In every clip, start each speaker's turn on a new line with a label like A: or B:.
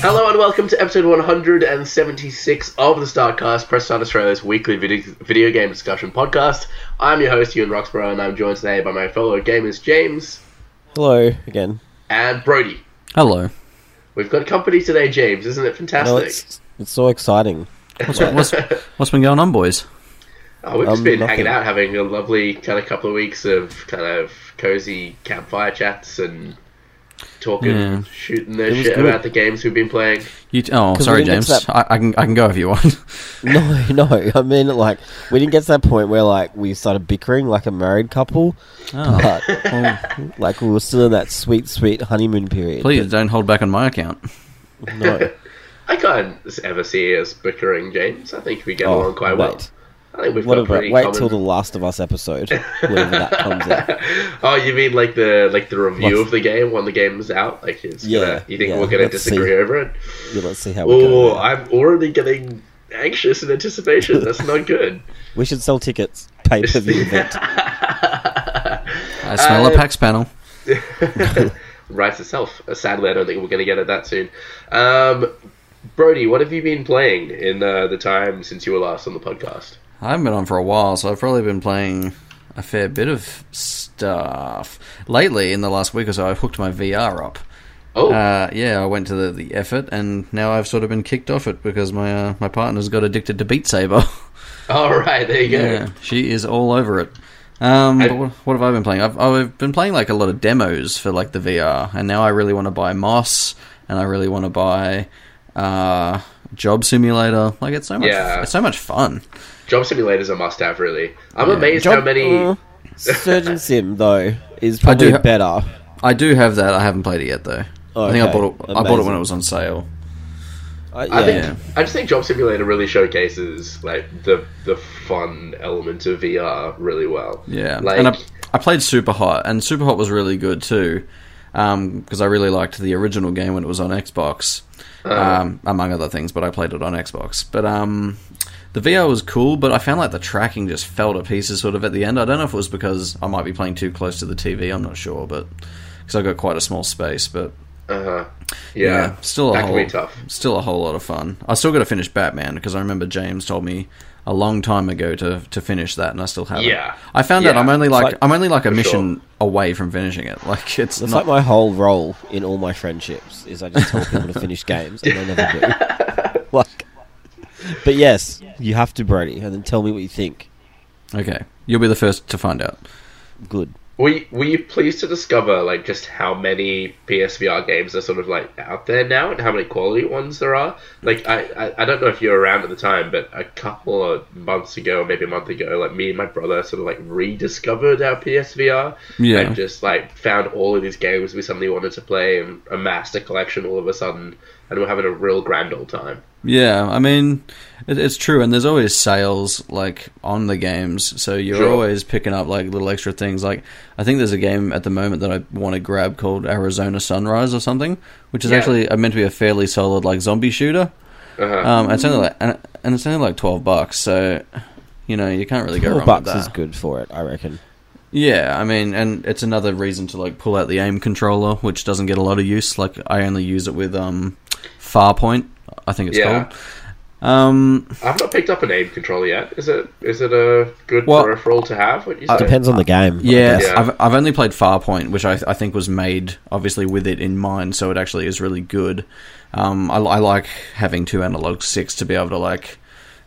A: Hello and welcome to episode 176 of the Starcast, Press Start Australia's weekly video, video game discussion podcast. I'm your host, Ewan Roxborough, and I'm joined today by my fellow gamers, James
B: Hello again.
A: and Brody.
C: Hello.
A: We've got company today, James. Isn't it fantastic?
B: No, it's it's so exciting.
C: What's, what's, what's been going on, boys?
A: oh, we've just
B: um,
A: been
B: nothing.
A: hanging out, having a lovely kind of couple of weeks of kind of cozy campfire chats and talking,
C: Yeah.
A: shooting the
B: was
A: shit
B: good.
A: about the games we've been playing.
C: You t- oh,
B: 'Cause
C: sorry,
B: we didn't
C: James.
B: get to
C: I, I can I can go if you want.
B: No, no. I mean, like we didn't get to that point where like we started bickering like a married couple,
C: oh,
B: but
C: well,
B: like we were still in that sweet, sweet honeymoon period.
C: please don't hold back on my account.
B: But no.
A: I can't ever see us bickering, James. I think we get
B: Oh,
A: along quite well.
B: wait.
A: I think we've
B: What
A: got
B: about
A: pretty
B: wait
A: common...
B: till the Last of Us episode, whenever that comes out.
A: oh, you mean like the like the review
B: Let's-
A: of the game when the game's out? Like, it's
B: Yeah,
A: gonna, you think
B: yeah,
A: we're gonna
B: let's see.
A: disagree over it?
B: Yeah, let's see how we
A: Oh,
B: go.
A: I'm already getting anxious in anticipation. That's not good.
B: We should sell tickets, pay per view event.
C: I smell
A: Uh,
C: a PAX panel.
A: Writes itself. Uh, Sadly, I don't think we're gonna get it that soon. Um, Brody, what have you been playing in uh, the time since you were last on the podcast?
C: I haven't been on for a while, so I've probably been playing a fair bit of stuff lately. In the last week or so, I've hooked my VR up.
A: Oh,
C: Uh, yeah, I went to the, the effort, and now I've sort of been kicked off it because my uh, my partner's got addicted to Beat Saber.
A: all right, there you go.
C: Yeah, she is all over it. Um,
A: I-
C: but what, what have I been playing? I've, I've been playing like a lot of demos for like the VR, and now I really want to buy Moss, and I really want to buy uh, Job Simulator. Like it's so much,
A: Yeah.
C: it's so much fun.
A: Job simulator's a must-have, really. I'm amazed how
B: Job-
A: many.
B: uh, Surgeon Sim though is probably
C: do ha-
B: better. Uh,
C: I do have that. I haven't played it yet though. I think I
B: Okay,
C: bought it. I bought it
B: amazing.
C: when it was on sale.
B: I,
A: I
B: yeah.
A: think I just think Job Simulator really showcases like the the fun element of VR really well.
C: Yeah,
A: like
C: and I, I played Super Hot, and Super Hot was really good too, because I really liked the original game when it was on Xbox, um, among other things. But I played it on Xbox. But um, the VR was cool, but I found like the tracking just fell to pieces sort of at the end. I don't know if it was because I might be playing too close to the TV. I'm not sure, but because I got quite a small space, but.
A: uh-huh.
C: Yeah,
A: yeah,
C: still a
A: that
C: whole,
A: can be tough.
C: Still a whole lot of fun. I still got to finish Batman because I remember James told me a long time ago to to finish that, and I still haven't.
A: Yeah.
C: I found out
A: Yeah.
C: I'm only
B: It's
C: like,
B: like-
C: I'm only like a
A: For
C: mission away from finishing it. Like it's
B: It's like
C: not.
B: my whole role in all my friendships is I just tell people to finish games and they never do. like, but yes, you have to Brody, and then tell me what you think.
C: okay, you'll be the first to find out.
B: Good.
A: Were you, were you pleased to discover like just how many PSVR games are sort of like out there now and how many quality ones there are? Like I, I, I don't know if you were around at the time, but a couple of months ago, maybe a month ago, like me and my brother sort of like rediscovered our PSVR
C: Yeah.
A: and just like found all of these games we suddenly wanted to play and amassed a collection all of a sudden, and we're having a real grand old time.
C: Yeah, I mean, it, it's true, and there's always sales like on the games, so you're
A: Sure.
C: always picking up like little extra things. Like, I think there's a game at the moment that I want to grab called Arizona Sunrise or something, which is
A: Yeah.
C: actually uh, meant to be a fairly solid like zombie shooter.
A: Uh-huh.
C: Um, it's only like and, and it's only like twelve bucks, so you know you can't really go
B: Four
C: wrong
B: bucks
C: with that.
B: is good for it, I reckon.
C: Yeah, I mean, and it's another reason to like pull out the aim controller, which doesn't get a lot of use. Like I only use it with um, Farpoint, I think it's
A: Yeah.
C: called. Um,
A: I've not picked up an aim controller yet. Is it is it a good
C: Well, uh,
A: peripheral to have? What you say?
B: Depends on the game. I
C: yeah,
B: guess.
A: Yeah.
C: I've I've only played Farpoint, which I I think was made obviously with it in mind, so it actually is really good. Um, I, I like having two analog sticks to be able to like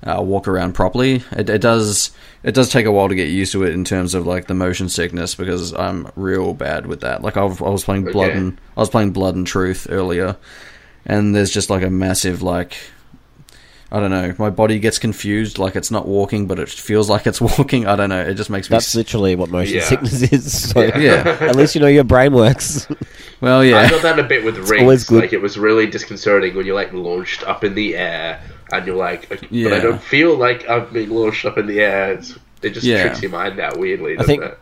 C: uh, walk around properly. It, it does it does take a while to get used to it in terms of like the motion sickness because I'm real bad with that. Like I've, I was playing Blood
A: Okay.
C: and I was playing Blood and Truth earlier, and there's just like a massive like. I don't know. My body gets confused, like it's not walking, but it feels like it's walking. I don't know. It just makes me
B: That's literally what motion
A: Yeah.
B: sickness is. So
C: yeah.
B: at least you know your brain works.
C: Well, yeah.
A: I got that a bit with rings.
B: always good.
A: Like it was really disconcerting when you're like launched up in the air, and you're like, uh, "But I
C: Yeah.
A: don't feel like I've been launched up in the air." It's, it just
C: Yeah.
A: tricks your mind out weirdly, doesn't
B: think-
A: it?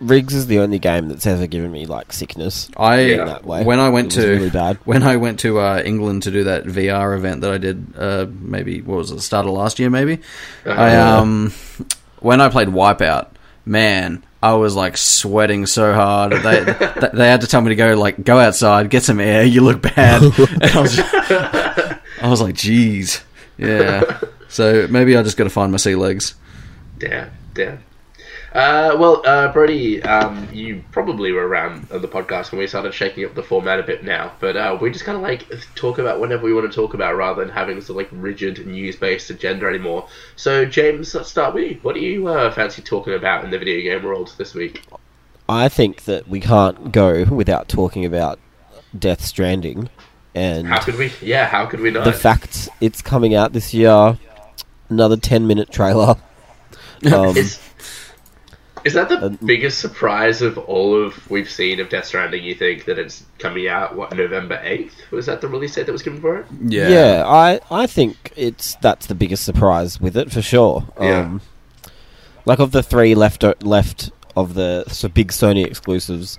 B: Riggs is the only game that's ever given me like sickness.
C: I
A: Yeah.
B: that way.
C: when I went
B: It was
C: to
B: really bad.
C: when I went to uh, England to do that VR event that I did uh, maybe what was it
B: Uh-huh.
C: start of last year maybe I um when I played Wipeout man I was like sweating so hard. They th- they had to tell me to go like go outside, get some air. You look bad. And I was I was like, jeez, yeah. So maybe I just got to find my sea legs.
A: Yeah, yeah. Uh, well, uh, Brody, um, you probably were around on the podcast when we started shaking up the format a bit now, but uh, we just kind of like talk about whatever we want to talk about rather than having some like rigid news-based agenda anymore. So, James, let's start with you. What do you uh, fancy talking about in the video game world this week?
B: I think that we can't go without talking about Death Stranding and
A: How could we? Yeah, how could we not?
B: the fact it's coming out this year. Another ten-minute trailer. Um,
A: is is that
B: Uh,
A: the biggest surprise of all of we've seen of Death Stranding? You think that it's coming out what November eighth? Was that the release date that was given for it?
C: Yeah,
B: Yeah, I, I think it's that's the biggest surprise with it for sure.
A: Yeah.
B: Um, like of the three left uh, left of the so big Sony exclusives,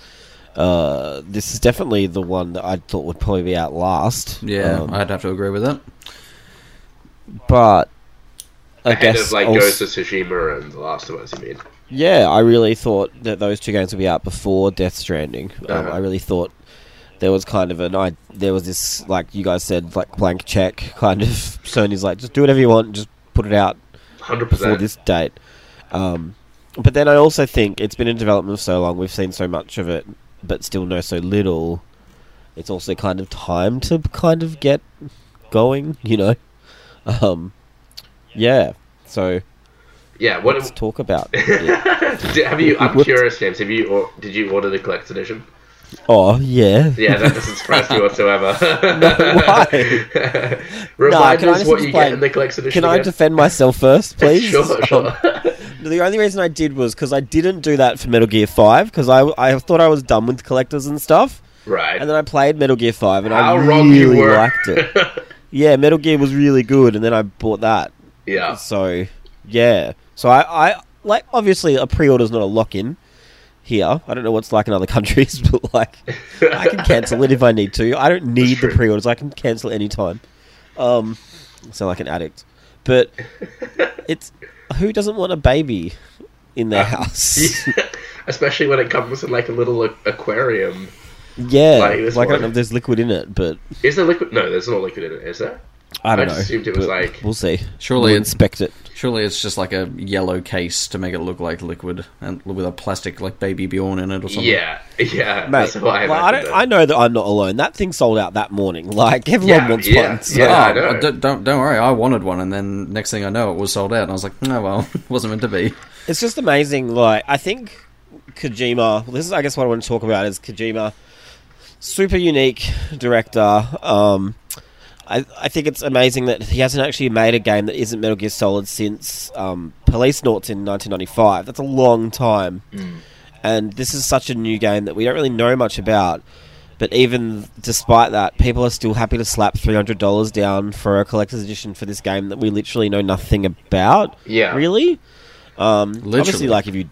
B: uh, this is definitely the one that I thought would probably be out last.
C: Yeah,
B: Um,
C: I'd have to agree with that.
B: but I
A: Ahead
B: guess
A: of like
B: also-
A: Ghost of Tsushima and The Last of Us. You mean?
B: Yeah, I really thought that those two games would be out before Death Stranding. Um,
A: Uh-huh.
B: I really thought there was kind of an I there was this like you guys said like blank check kind of Sony's like just do whatever you want, just put it out
A: Hundred
B: before
A: percent.
B: this date. Um, but then I also think it's been in development for so long, we've seen so much of it, but still know so little. It's also kind of time to kind of get going, you know. Um, yeah. So
A: Yeah. What?
B: let's talk about. It.
A: Did- have you? I'm
B: What?
A: curious, James. Have you? Or, did you order the collector's edition?
B: Oh yeah.
A: Yeah, that doesn't surprise me whatsoever.
B: why?
A: Remind
B: can I
A: us
B: just
A: what you
B: explain-
A: get in the collector's edition.
B: Can I
A: again?
B: defend myself first, please?
A: Sure, sure.
B: Um, the only reason I did was because I didn't do that for Metal Gear Five because I I thought I was done with collectors and stuff.
A: right.
B: And then I played Metal Gear Five, and
A: How
B: I
A: wrong you
B: really
A: were.
B: liked it. Yeah, Metal Gear was really good, and then I bought that.
A: yeah.
B: So yeah, so I, I like obviously a pre-order's not a lock-in here. I don't know what's like in other countries, but like I can cancel it if I need to. I don't need the
A: true.
B: pre-orders. I can cancel any time. Um, I sound like an addict, but it's who doesn't want a baby in
A: Uh,
B: their house?
A: Especially when it comes in like a little a- aquarium.
B: Yeah,
A: Like this
B: like I don't
A: one.
B: know if there's liquid in it, but
A: Is there liquid? No, there's no liquid in it, is there?
B: I don't
A: I
B: know.
A: just assumed it was,
B: but
A: like-
B: we'll see.
C: Surely
B: we'll
C: it's-
B: inspect it.
C: Surely it's just like a yellow case to make it look like liquid and with a plastic like baby Bjorn in it or something.
A: Yeah, yeah.
B: Mate,
A: that's how I,
B: well, I,
A: imagined
B: don't,
A: it.
B: I know that I'm not alone. That thing sold out that morning. Like everyone
A: Yeah,
B: wants
A: yeah,
B: one. So.
C: Oh,
A: yeah. I know.
C: uh, don't, don't don't worry. I wanted one, and then next thing I know, it was sold out, and I was like, "No, well, it wasn't meant to be."
B: It's just amazing. Like I think Kojima. This is, I guess, what I want to talk about is Kojima, super unique director. Um, I I think it's amazing that he hasn't actually made a game that isn't Metal Gear Solid since um, Police Noughts in 1995. That's a long time, and this is such a new game that we don't really know much about. But even despite that, people are still happy to slap three hundred dollars down for a collector's edition for this game that we literally know nothing about.
A: Yeah.
B: really. Um, obviously,
C: Literally.
B: like if you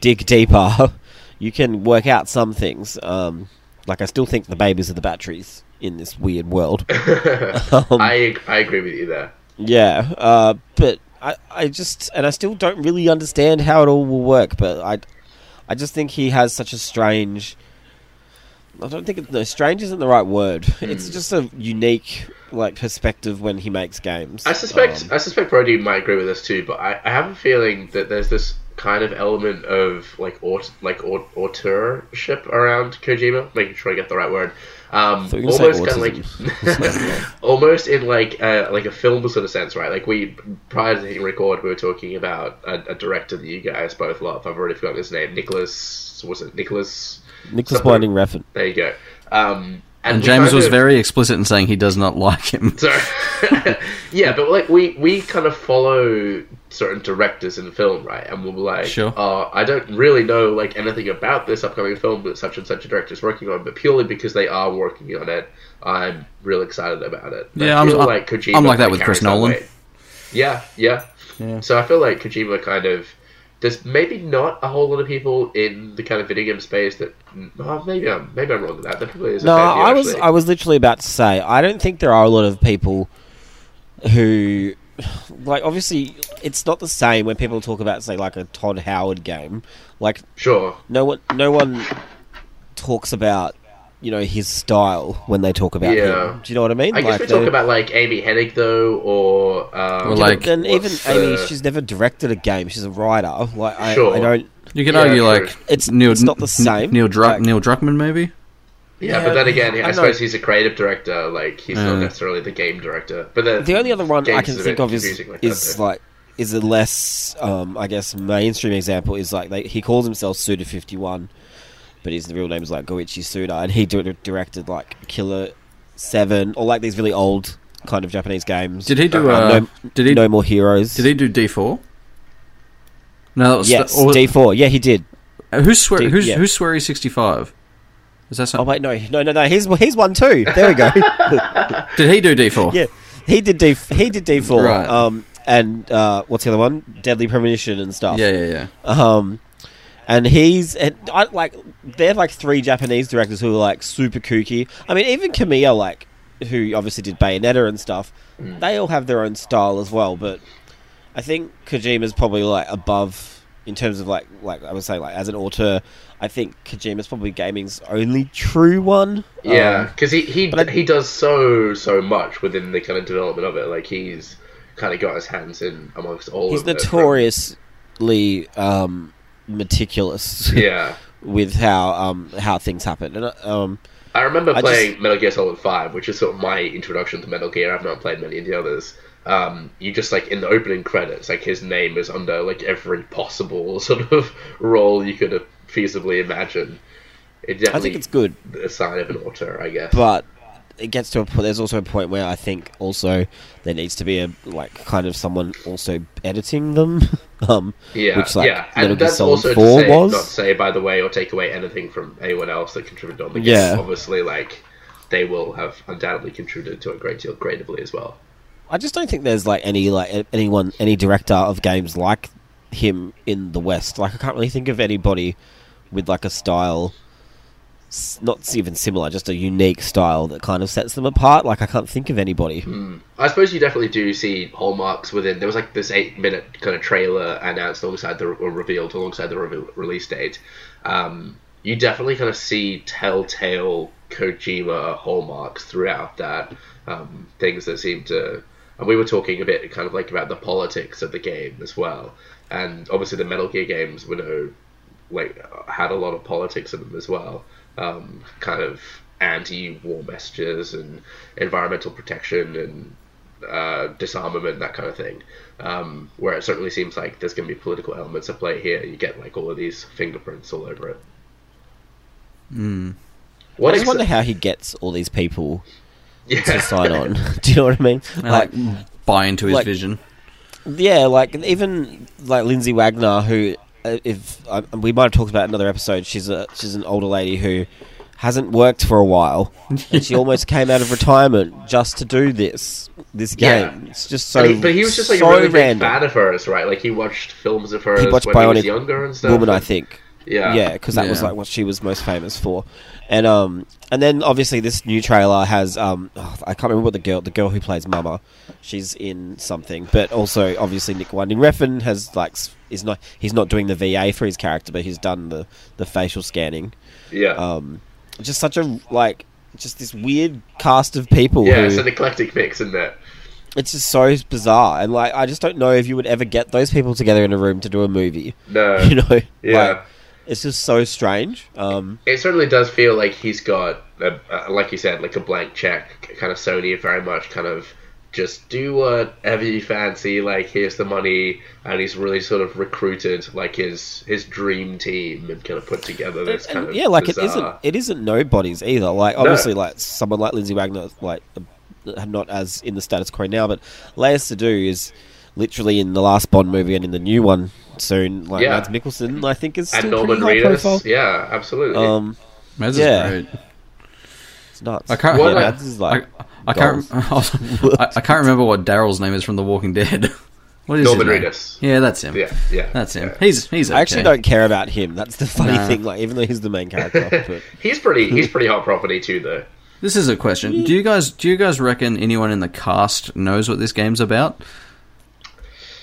B: dig deeper, you can work out some things. Um, like I still think the babies are the batteries in this weird world. Um,
A: I I agree with you there.
B: yeah, uh, but I, I just and I still don't really understand how it all will work. But I, I just think he has such a strange. I don't think it, no, strange isn't the right word.
A: Hmm.
B: It's just a unique like perspective when he makes games.
A: I suspect
B: Um,
A: I suspect Brody might agree with this too, but I, I have a feeling that there's this kind of element of like aut- like aut- auteurship around Kojima, making sure I get the right word. Um,
B: thought you were gonna say
A: almost kind of like almost in like a, like a film sort of sense, right? Like we prior to hitting record, we were talking about a, a director that you guys both love. I've already forgotten his name. Nicholas was it Nicholas?
B: Nicholas
A: something-
B: Winding Refn.
A: There you go. Um,
C: And
A: we
C: James
A: kind
C: was
A: of-
C: very explicit in saying he does not like him.
A: so yeah, but like we we kind of follow certain directors in film, right? And we'll be like,
C: Sure.
A: uh, I don't really know like anything about this upcoming film that such and such a director is working on, but purely because they are working on it, I'm real excited about it. And I
C: Yeah, I'm-
A: feel
C: I'm-
A: Kojima
C: I'm like that
A: kinda
C: with Chris
A: carries
C: Nolan.
A: weight. Yeah, yeah,
C: Yeah.
A: So I feel like Kojima kind of. There's maybe not a whole lot of people in the kind of video game space that. Oh, maybe I'm maybe I'm wrong with that. There probably is. a
B: No,
A: fair few,
B: I was
A: actually.
B: I was literally about to say I don't think there are a lot of people who like obviously it's not the same when people talk about say like a Todd Howard game. Like
A: Sure.
B: no one no one talks about you know his style when they talk about
A: Yeah.
B: him. Do you know what I mean?
A: I guess we
B: they-
A: talk about like Amy Hennig though, or um, uh,
C: Or,
B: Yeah, but
C: like-
B: then even
A: what's
B: Amy,
A: the-
B: she's never directed a game. She's a writer. Like I,
A: Sure.
B: I don't.
C: You could
A: Yeah,
C: argue
A: true.
C: like
B: It's- it's not the same,
C: Neil Druck,
B: like-
C: Neil Druckmann, maybe.
A: yeah,
B: yeah,
A: but then again,
B: I
A: I,
B: know.
A: suppose he's a creative director. Like he's not
C: Yeah.
A: necessarily the game director. But then
B: Mm. The only other one I
A: games
B: can
A: is a
B: think
A: bit
B: of is
A: confusing like that,
B: is
A: though.
B: like is a less um, I guess mainstream example is like they, he calls himself Suda Fifty One, but his real name is like Goichi Suda, and he di- directed like Killer Seven or like these really old kind of Japanese games.
C: Did he do?
A: Uh,
C: Uh,
B: no,
C: did he?
B: No more heroes.
C: Did he do D four? No, that was
B: Yes,
C: or-
B: D four. Yeah, he did.
C: uh, who's swear?
B: D-
C: who's
B: yeah.
C: who's sweary sixty five? Is that
B: Oh
C: something?
B: wait, no, no, no, no. He's he's one too. There we go.
C: Did he do D four?
B: Oh. yeah, he did D he did D four.
C: Right.
B: Um, and uh, what's the other one? Deadly Premonition and stuff.
C: yeah, yeah, yeah.
B: Um, and he's and I like they're like three Japanese directors who are like super kooky. I mean, even Kamiya, like who obviously did Bayonetta and stuff,
A: Mm.
B: they all have their own style as well. But I think Kojima's probably like above in terms of like like I would say like as an auteur. I think Kojima's probably gaming's only true one.
A: Yeah,
B: Um,
A: because he he,
B: but I-
A: he does so so much within the kind of development of it. Like he's kind of got his hands in amongst all.
B: he's
A: of it.
B: notoriously um, meticulous
A: Yeah,
B: with how um, how things happen. And uh, um,
A: I remember
B: I
A: playing Metal Gear Solid Five, which is sort of my introduction to Metal Gear. I've not played many of the others. Um, you just like in the opening credits, like his name is under like every possible sort of role you could have feasibly imagine. It
B: I
A: definitely
B: think it's good,
A: a sign of an author, I guess.
B: but it gets to a point. There's also a point where I think also there needs to be a like kind of someone also editing them. um,
A: Yeah,
B: which like
A: yeah,
B: Metal
A: and
B: Gear
A: that's also
B: Solid
A: to
B: Four
A: say, not
B: was.
A: say by the way or take away anything from anyone else that contributed on the game.
B: Yeah.
A: Obviously, like they will have undoubtedly contributed to a great deal creatively as well.
B: I just don't think there's like any like a- anyone any director of games like him in the West. Like I can't really think of anybody with like a style, s- not even similar, just a unique style that kind of sets them apart. Like I can't think of anybody.
A: I suppose you definitely do see hallmarks within. There was like this eight-minute kind of trailer announced alongside the or revealed alongside the reveal, release date. Um, you definitely kind of see telltale Kojima hallmarks throughout that. Um, things that seem to, and we were talking a bit kind of like about the politics of the game as well. And obviously the Metal Gear games were no like had a lot of politics in them as well. Um, kind of anti-war messages and environmental protection and uh, disarmament, that kind of thing. Um, where it certainly seems like there's going to be political elements at play here. You get like all of these fingerprints all over it.
B: Hmm.
A: What
B: I just
A: exa-
B: wonder how he gets all these people
A: yeah.
B: to sign on. Do you know what I mean?
C: And, like, buy into his
B: mm. like-
C: vision.
B: Yeah, like even like Lindsay Wagner, who uh, if um, we might have talked about it in another episode, she's a she's an older lady who hasn't worked for a while, and she almost came out of retirement just to do this this
A: Yeah.
B: game. It's just so
A: But he, but he was just like
B: so
A: a really big
B: random.
A: fan of hers, right? Like he watched films of hers
B: He watched
A: when he
B: Bionic
A: was younger and stuff.
B: woman, I
A: and-
B: think.
A: Yeah.
B: yeah, because that was
C: Yeah.
B: like what she was most famous for, and um, and then obviously this new trailer has um, oh, I can't remember what the girl, the girl who plays Mama, she's in something, but also obviously Nick Winding Refn has like s- is not he's not doing the VA for his character, but he's done the the facial scanning.
A: Yeah.
B: Um, just such a like just this weird cast of people.
A: yeah,
B: who,
A: it's an eclectic mix, isn't it?
B: it's just so bizarre, and like I just don't know if you would ever get those people together in a room to do a movie.
A: No.
B: You know,
A: Uh, Yeah.
B: Like, it's just so strange. Um,
A: it certainly does feel like he's got, a, a, like you said, like a blank check. Kind of Sony, very much kind of just do whatever you fancy. Like here's the money, and he's really sort of recruited like his his dream team and kind of put together this kind
B: and
A: of
B: yeah, like
A: bizarre-
B: it isn't it isn't nobody's either. Like obviously, like someone like Lindsay Wagner, like uh, not as in the status quo now, but Leia Sadu is literally in the last Bond movie and in the new one soon. Like
A: Yeah.
B: Mads Mikkelsen, I think is
A: And
B: still
A: Norman
B: pretty high profile.
A: Reedus, yeah, absolutely.
B: Um,
C: Mez
B: yeah.
C: is great.
B: it's nuts.
C: I can't.
A: What,
B: yeah,
A: like-
B: Mads is like
C: I, I can't. I, I can't remember what Daryl's name is from The Walking Dead. what is
A: Norman
C: his name?
A: Reedus.
C: Yeah, that's him.
A: yeah, yeah,
C: That's him.
A: yeah.
C: He's he's. Okay.
B: I actually don't care about him. That's the funny
C: Nah.
B: thing. Like even though he's the main character, but
A: He's pretty. He's pretty hot property too, though.
C: This is a question. Do you guys do you guys reckon anyone in the cast knows what this game's about?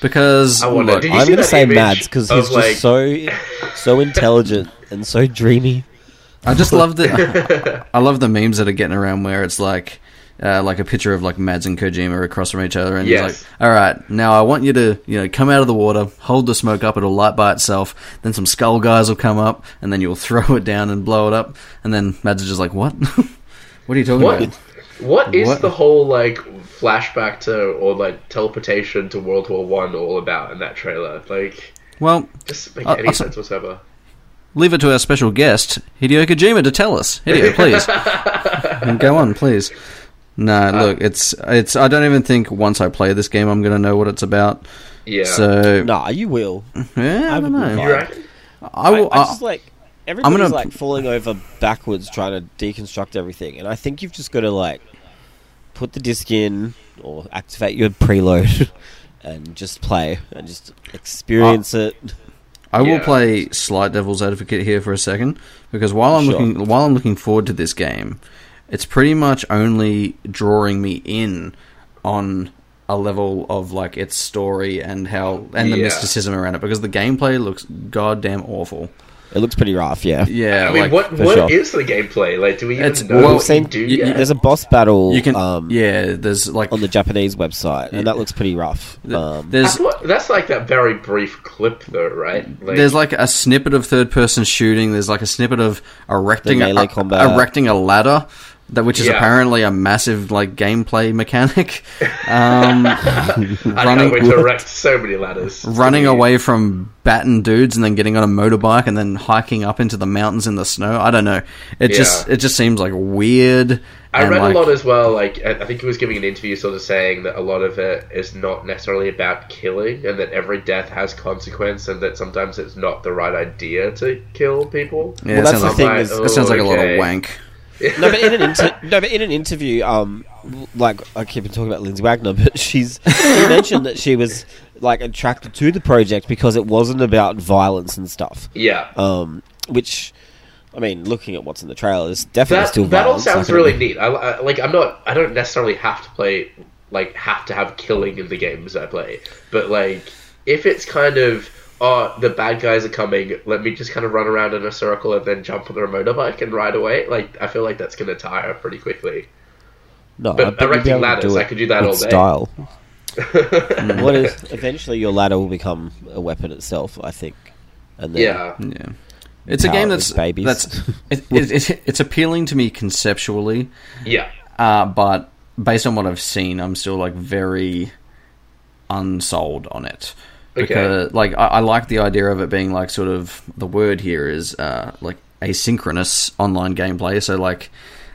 C: Because
A: I wonder,
C: look,
A: did you see
B: I'm going to
A: that
B: say
A: image
B: Mads because
A: of,
B: he's just
A: like-
B: so so intelligent and so dreamy.
C: I just love the I love the memes that are getting around where it's like uh, like a picture of like Mads and Kojima across from each other, and
A: Yes.
C: he's like, "All right, now I want you to you know come out of the water, hold the smoke up, it'll light by itself. Then some skull guys will come up, and then you'll throw it down and blow it up." And then Mads is just like, "What? what are you talking
A: What?
C: about?"
A: What is
C: What?
A: the whole like flashback to or like teleportation to World War One all about in that trailer? Like,
C: Well,
A: just make
C: Uh,
A: any
C: uh,
A: sense whatsoever.
C: leave it to our special guest Hideo Kojima to tell us. Hideo, please go on, please. No,
A: Uh,
C: look, it's it's. I don't even think once I play this game, I'm going to know what it's about.
A: Yeah.
C: So
B: Nah, you will.
C: Yeah, I
B: would
C: don't
B: move
A: you
B: on.
C: know.
A: reckon?
C: I
B: I,
C: will.
B: I
C: I-
B: just like everybody's
C: gonna-
B: like falling over backwards trying to deconstruct everything, and I think you've just got to like put the disc in or activate your preload and just play and just experience
C: Uh,
B: it.
C: I will
A: Yeah.
C: play slight devil's advocate here for a second because while I'm
B: Sure.
C: looking while I'm looking forward to this game, it's pretty much only drawing me in on a level of like its story and how and the
A: Yeah.
C: mysticism around it because the gameplay looks goddamn awful.
B: It looks pretty rough, yeah.
C: Yeah,
A: I mean,
C: like,
A: what
B: for
A: what
B: sure.
A: is the gameplay? Like, do we even
C: It's-
A: know
C: well,
A: what
B: We've seen
A: you do
C: you-
A: yet?
B: there's a boss battle
C: you can.
B: um,
C: yeah, there's like
B: on the Japanese website, and that looks pretty rough.
C: th-
B: Um,
C: there's
A: that's, what, that's like that very brief clip, though, right? Like,
C: there's like a snippet of third person shooting. There's like a snippet of erecting
B: The
C: a,
B: melee combat.
C: erecting a ladder, that which is
A: Yeah.
C: apparently a massive like gameplay mechanic. Um,
A: I can't wait to
C: running
A: erect so many ladders.
C: running away from batting dudes and then getting on a motorbike and then hiking up into the mountains in the snow. I don't know. It just
A: Yeah.
C: it just seems like weird.
A: I
C: and,
A: read
C: like-
A: a lot as well. Like, I I think he was giving an interview, sort of saying that a lot of it is not necessarily about killing, and that every death has consequence, and that sometimes it's not the right idea to kill people.
B: Well,
C: Yeah, it
B: that's
C: sounds
B: the
C: like,
B: thing is-
C: it sounds like a lot
A: oh, Okay.
C: of wank.
B: no, but in an inter- no, but in an interview, um, like I keep talking about Lindsay Wagner, but she's she mentioned that she was like attracted to the project because it wasn't about violence and stuff.
A: Yeah,
B: Um, which, I mean, looking at what's in the trailer, it's definitely
A: that
B: still
A: that all
B: violence.
A: sounds
B: like, I mean,
A: really neat. I, I like. I'm not. I don't necessarily have to play. Like, have to have killing in the games I play, but like, if it's kind of. Oh, the bad guys are coming. Let me just kind of run around in a circle and then jump on their motorbike and ride away. Like, I feel like that's going to tire pretty quickly.
B: No,
A: but
B: I bet you'd be
A: erecting
B: able to
A: ladders,
B: do
A: I
B: it
A: could do that
B: with
A: all day.
B: Style. Mm. what is eventually your ladder will become a weapon itself, I think. And then
A: Yeah.
C: Yeah, it's a
B: Empower
C: game
B: those
C: that's
B: babies.
C: that's it, it, it, it's appealing to me conceptually.
A: Yeah.
C: Uh, but based on what I've seen, I'm still like very unsold on it.
A: Okay.
C: Because like I, I like the idea of it being like sort of the word here is uh, like asynchronous online gameplay. So like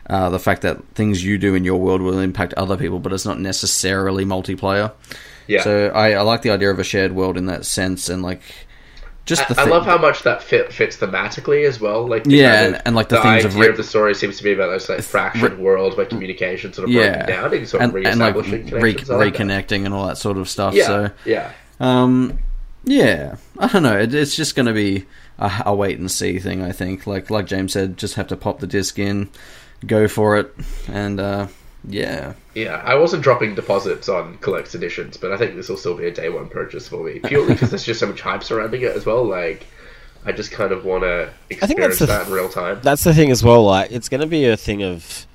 C: uh, the fact that things you do in your world will impact other people, but it's not necessarily multiplayer.
A: Yeah.
C: So I, I like the idea of a shared world in that sense, and like just
A: I,
C: the
A: I
C: thi-
A: love how much that fit fits thematically as well. Like the
C: Yeah,
A: kind of-
C: and- and, like, the things
A: idea
C: of re-
A: of the story seems to be about this like fractured world where communication sort of
C: yeah,
A: broken down and sort of
C: and, and like
A: reestablishing
C: re-
A: connections. I like that.
C: reconnecting and all that sort of stuff.
A: Yeah,
C: So
A: yeah,
C: Um, yeah, I don't know. It, it's just going to be a, a wait and see thing. I think, like like James said, just have to pop the disc in, go for it, and uh, yeah,
A: yeah. I wasn't dropping deposits on collects editions, but I think this will still be a day one purchase for me purely because there's just so much hype surrounding it as well. Like, I just kind of want to
B: think that's
A: experience
B: the
A: that
B: th-
A: in real time.
B: that's the thing as well. Like, it's going to be a thing of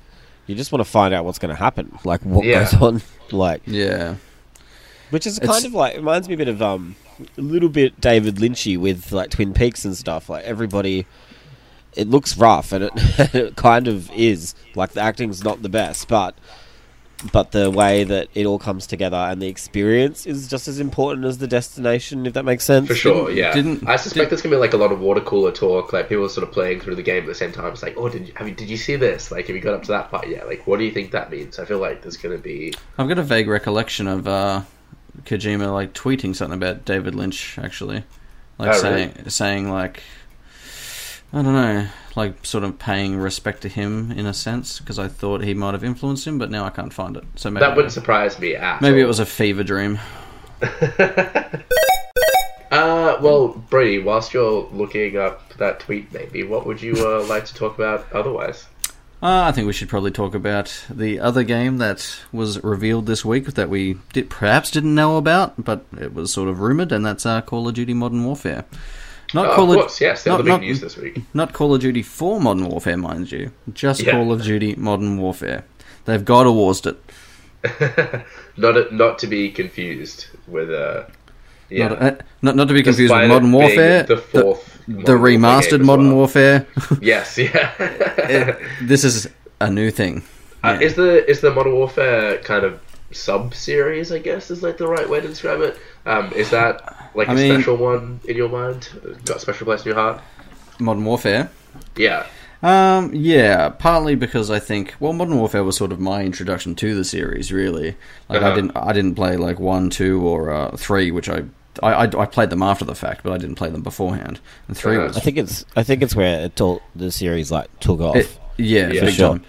B: you just want to find out what's going to happen, like what
A: Yeah.
B: goes on, like
C: yeah,
B: which is
C: It's-
B: kind of like reminds me a bit of um a little bit David Lynchy with like Twin Peaks and stuff. Like everybody, it looks rough and it, it kind of is. Like the acting's not the best, but but the way that it all comes together and the experience is just as important as the destination, if that makes sense.
A: For sure,
C: Didn't-
A: yeah.
C: didn't-
A: I suspect there's gonna be like a lot of water cooler talk, like people sort of playing through the game at the same time. It's like, oh, did you have you, did you see this? Like, have you got up to that part yet? Like, what do you think that means? I feel like there's gonna be
C: I've got a vague recollection of uh, Kojima like tweeting something about David Lynch actually, like
A: Oh, really?
C: saying saying like I don't know, like sort of paying respect to him in a sense because I thought he might have influenced him, but now I can't find it. So maybe
A: that wouldn't surprise me at
C: maybe it
A: all.
C: was a fever dream.
A: Uh, well, Brady, whilst you're looking up that tweet, maybe what would you uh, like to talk about otherwise?
C: Uh, I think we should probably talk about the other game that was revealed this week that we did, perhaps didn't know about, but it was sort of rumored, and that's uh, Call of Duty Modern Warfare. Not
A: Oh,
C: Call
A: of course, yes, that
C: not,
A: was the big
C: not-
A: news this week.
C: Not Call of Duty for Modern Warfare, mind you. Just
A: Yeah.
C: Call of Duty Modern Warfare. They've God of Wars it.
A: Not not to be confused with uh, yeah,
C: Not, uh, not, not to be confused
A: Despite
C: with
A: it
C: Modern
A: being
C: Warfare,
A: the fourth,
C: the,
A: Modern Warfare game
C: remastered
A: as
C: Modern
A: well.
C: Warfare.
A: Yes, yeah.
C: this is a new thing.
A: Uh, is the is the Modern Warfare kind of sub series? I guess is like the right way to describe it. Um, is that like a
C: I mean-
A: special one in your mind? Got a special place in your heart?
C: Modern Warfare.
A: Yeah,
C: Um, yeah, partly because I think well, Modern Warfare was sort of my introduction to the series. Really, like I
A: Uh-huh.
C: didn't I didn't play like one, two, or uh, three, which I, I I I played them after the fact, but I didn't play them beforehand. And 3
A: Uh-huh.
C: was
B: I think it's I think it's where it took the series like took off.
C: It- yeah,
A: Yeah.
C: big
B: For sure.
C: time.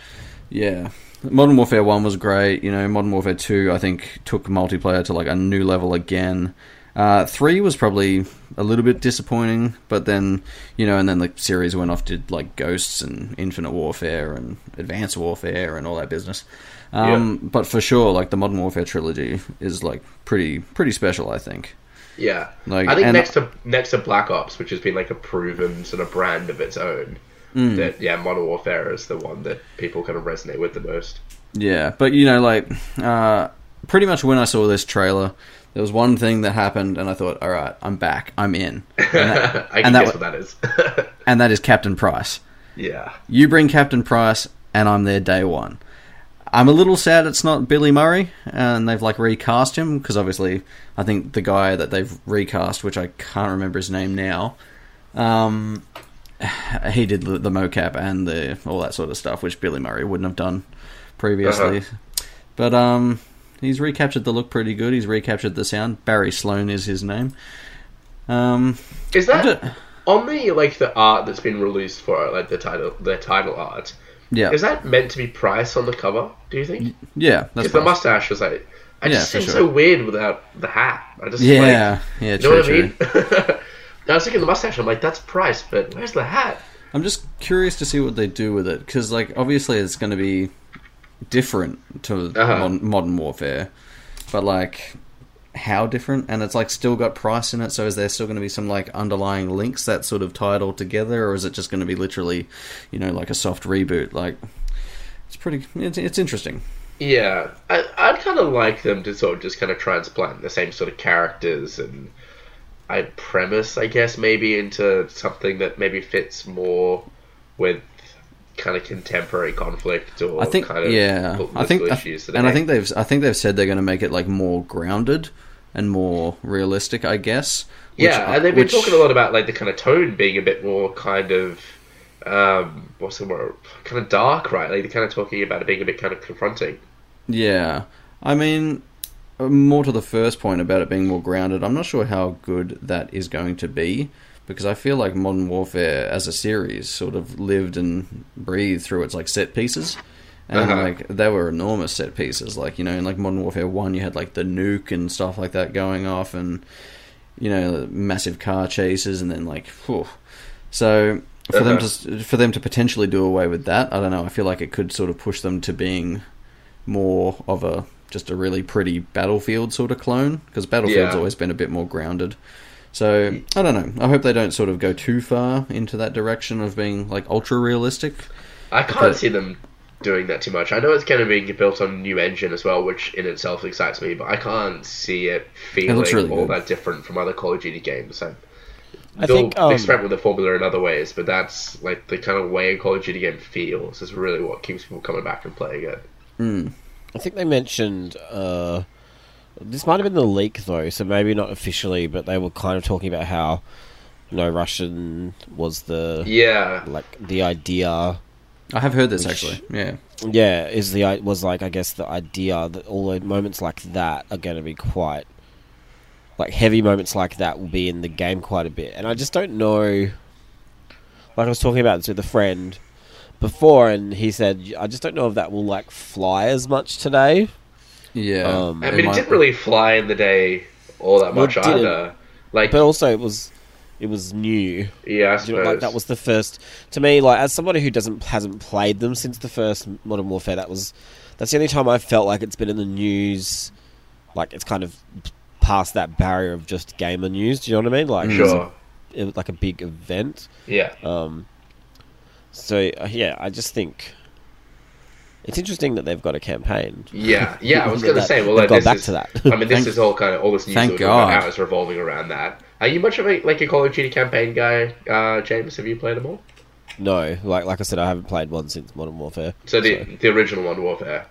C: Yeah. Modern Warfare 1 was great. You know, Modern Warfare 2, I think, took multiplayer to like a new level again. Uh, 3 was probably a little bit disappointing, but then, you know, and then the series went off to like Ghosts and Infinite Warfare and Advanced Warfare and all that business. Um, But for sure, like the Modern Warfare trilogy is like pretty pretty special, I think.
A: yeah.
C: Like,
A: I think
C: and-
A: next to next to Black Ops, which has been like a proven sort of brand of its own.
C: Hmm.
A: That yeah, Modern Warfare is the one that people kind of resonate with the most.
C: Yeah, but you know, like, uh, pretty much when I saw this trailer, there was one thing that happened, and I thought, all right, I'm back, I'm in, and that,
A: I can
C: and that
A: guess
C: wa-
A: what that is.
C: and that is Captain Price.
A: yeah,
C: You bring Captain Price, and I'm there day one. I'm a little sad it's not Billy Murray, and they've like recast him because obviously I think the guy that they've recast, which I can't remember his name now, um, he did the, the mocap and the all that sort of stuff, which Billy Murray wouldn't have done previously.
A: Uh-huh.
C: But um, he's recaptured the look pretty good. He's recaptured the sound. Barry Sloane is his name. Um,
A: is
C: I
A: that
C: don't-
A: on the like the art that's been released for it, like the title the title art?
C: yeah,
A: Is that meant to be Price on the cover? Do you think?
C: yeah, that's
A: Because the
C: right.
A: mustache is like, I just
C: Yeah,
A: seem
C: for
A: so
C: sure.
A: weird without the hat. I just
C: yeah, yeah,
A: like, you know
C: true,
A: what I
C: true.
A: mean? I was looking at the mustache. I'm like, that's Price, but where's the hat?
C: I'm just curious to see what they do with it because, like, obviously it's going to be different to
A: Uh-huh.
C: mod- modern warfare, but like how different? And it's like still got price in it, so is there still going to be some like underlying links that sort of tie it all together, or is it just going to be literally, you know, like a soft reboot? Like, it's pretty, it's, it's interesting.
A: Yeah, I, I'd kind of like them to sort of just kind of transplant the same sort of characters and I premise, I guess, maybe into something that maybe fits more with kind of contemporary conflict or
C: I think,
A: kind of
C: yeah,
A: political
C: I think,
A: issues.
C: and I
A: today.
C: think they've, I think they've said they're going to make it like more grounded and more realistic, I guess. which-
A: Yeah, and they've been
C: which-
A: talking a lot about like the kind of tone being a bit more kind of um, what's the word? Kind of dark, right? Like they're kind of talking about it being a bit kind of confronting.
C: Yeah, I mean, uh, more to the first point about it being more grounded. I'm not sure how good that is going to be because I feel like Modern Warfare as a series sort of lived and breathed through its like set pieces. And
A: Uh-huh.
C: like they were enormous set pieces, like you know, in like Modern Warfare One, you had like the nuke and stuff like that going off, and you know, massive car chases, and then like, phew. so for them to for them to potentially do away with that, I don't know. I feel like it could sort of push them to being more of a just a really pretty battlefield sort of clone because battlefield's
A: Yeah.
C: always been a bit more grounded so i don't know i hope they don't sort of go too far into that direction of being like ultra realistic
A: I can't
C: Okay.
A: see them doing that too much. I know it's kind of being built on a new engine as well, which in itself excites me, but I can't see it feeling
C: looks really
A: all
C: good.
A: that different from other Call of Duty games. And
B: I
A: they'll
B: think, um,
A: experiment with the formula in other ways, but that's like the kind of way a Call of Duty game feels is really what keeps people coming back and playing it.
B: I think they mentioned uh, this might have been the leak though, so maybe not officially, but they were kind of talking about how you know Russian was the
A: Yeah,
B: like the idea.
C: i have heard this actually yeah
B: Yeah, is the i- was like I guess the idea that all the moments like that are going to be quite like heavy moments like that will be in the game quite a bit, and I just don't know. Like I was talking about this with a friend before, and he said I just don't know if that will like fly as much today.
C: yeah
B: Um,
A: I
C: It
A: mean, it
C: might-
A: didn't really fly in the day all that
B: Well,
A: much
B: it didn't.
A: either. Like,
B: But also, it was it was new.
A: Yeah, I
B: Do you know, like
A: suppose.
B: that was the first to me. Like as somebody who doesn't hasn't played them since the first Modern Warfare, that was that's the only time I felt like it's been in the news. Like it's kind of past that barrier of just gamer news. Do you know what I mean? Like it was
A: sure.
B: a- it was like a big event.
A: Yeah.
B: Um, so uh, yeah, I just think it's interesting that they've got a campaign.
A: Yeah, yeah. I was
B: That-
A: going to say, well,
B: they've
A: like, this
B: gone back
A: is-
B: to that.
A: I mean, this
C: Thank-
A: is all kind of all this news
C: thank
A: that we're talking
C: God.
A: about now is revolving around that. Are you much of a like a Call of Duty campaign guy, uh, James? Have you played them all?
B: No, like like I said, I haven't played one since Modern Warfare.
A: So the the original Modern Warfare,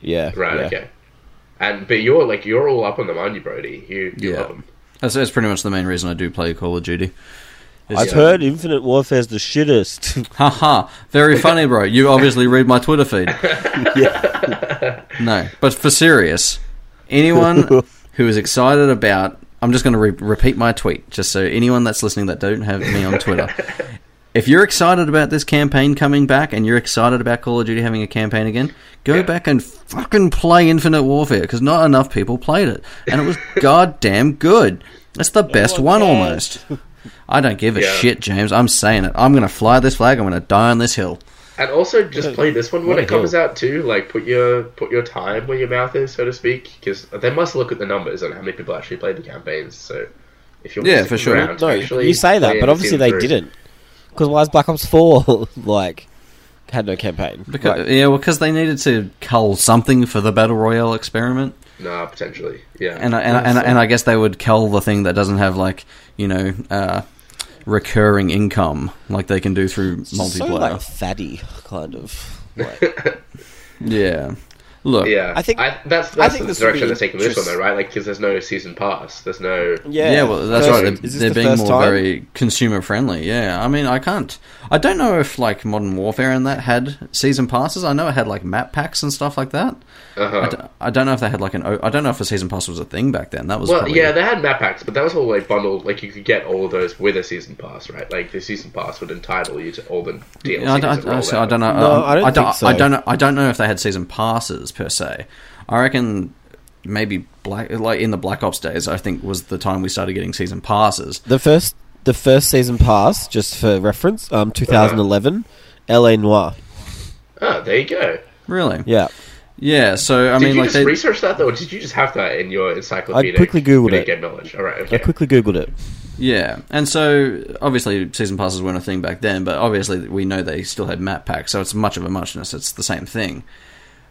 B: yeah,
A: right?
B: yeah.
A: Okay. And but you're like you're all up on them, aren't you, Brody? You, you
C: Yeah.
A: love them.
C: That's, that's pretty much the main reason I do play Call of Duty. Is-
B: I've heard Infinite Warfare's the shittest.
C: Haha, very funny, bro. You obviously read my Twitter feed. no, but for serious, anyone who is excited about. I'm just going to re- repeat my tweet, just so anyone that's listening that don't have me on Twitter. if you're excited about this campaign coming back and you're excited about Call of Duty having a campaign again, go
A: Yeah.
C: back and fucking play Infinite Warfare because not enough people played it. And it was goddamn good. It's the best
B: my
C: one
B: God.
C: almost. I don't give a
A: Yeah.
C: shit, James. I'm saying it. I'm going to fly this flag. I'm going to die on this hill.
A: And also, just play this one when
B: what a
A: it comes
B: hill.
A: out too. Like, put your put your time where your mouth is, so to speak, because they must look at the numbers on how many people actually played the campaigns. So, if you're
C: Yeah, for sure.
B: no, you say that, but obviously they didn't. Because why is Black Ops Four like had no campaign?
C: Because
B: Like,
C: yeah, well, because they needed to cull something for the battle royale experiment,
A: Nah, potentially, yeah.
C: and I- and I- and, I- and I guess they would cull the thing that doesn't have like you know uh, recurring income like they can do through
B: so
C: multiplayer.
B: like fatty kind of. Like,
C: yeah, look,
A: yeah,
B: I think-
A: that's that's
B: I think
A: the
B: this would
A: direction
B: be
A: they're taking with this one,
B: just-
A: though, right? Like, because there's no season pass, there's no
B: yeah,
C: Yeah, well, that's
B: first-
C: right. They're,
B: is this
C: they're
B: the
C: being
B: first
C: more
B: time?
C: very consumer friendly. Yeah, I mean, I can't. I don't know if like Modern Warfare and that had season passes. I know it had like map packs and stuff like that. I,
A: Uh-huh.
C: d- I don't know if they had like an. O- I don't know if a season pass was a thing back then. That was
A: Well,
C: probably-
A: yeah, they had map packs, but that was all like bundled. Like you could get all of those with a season pass, right? Like the season pass would entitle you to all the DLC.
C: Yeah, I, don't- I- I- so I don't know.
B: No,
C: um,
B: I don't
C: I don't.
B: think so.
C: I don't know. I don't know if they had season passes per se. I reckon maybe black like in the Black Ops days. I think was the time we started getting season passes.
B: The first, the first season pass, just for reference, um, 2011, LA Noir.
A: Oh, there you go.
C: Really?
B: Yeah,
C: Yeah. So I
A: Did
C: mean,
A: you
C: like
A: just
C: they,
A: research that though, or did you just have that in your encyclopedic?
B: I quickly Googled
A: video
B: it.
A: Game knowledge. All right.
B: I
A: Okay.
B: quickly googled it.
C: Yeah, and so obviously season passes weren't a thing back then, but obviously we know they still had map packs, so it's much of a muchness. It's the same thing,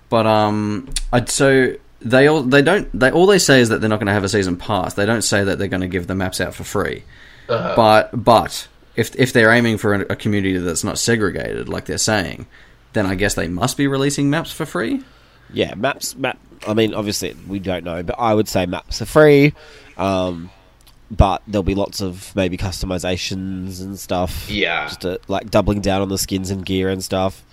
C: but um, I'd so they all they don't they all they say is that they're not going to have a season pass. They don't say that they're going to give the maps out for free,
A: Uh-huh.
C: but but if if they're aiming for a, a community that's not segregated like they're saying, then I guess they must be releasing maps for free.
B: Yeah, maps. Map. I mean, obviously we don't know, but I would say maps are free. Um, but there'll be lots of maybe customizations and stuff.
A: Yeah.
B: just uh like doubling down on the skins and gear and stuff.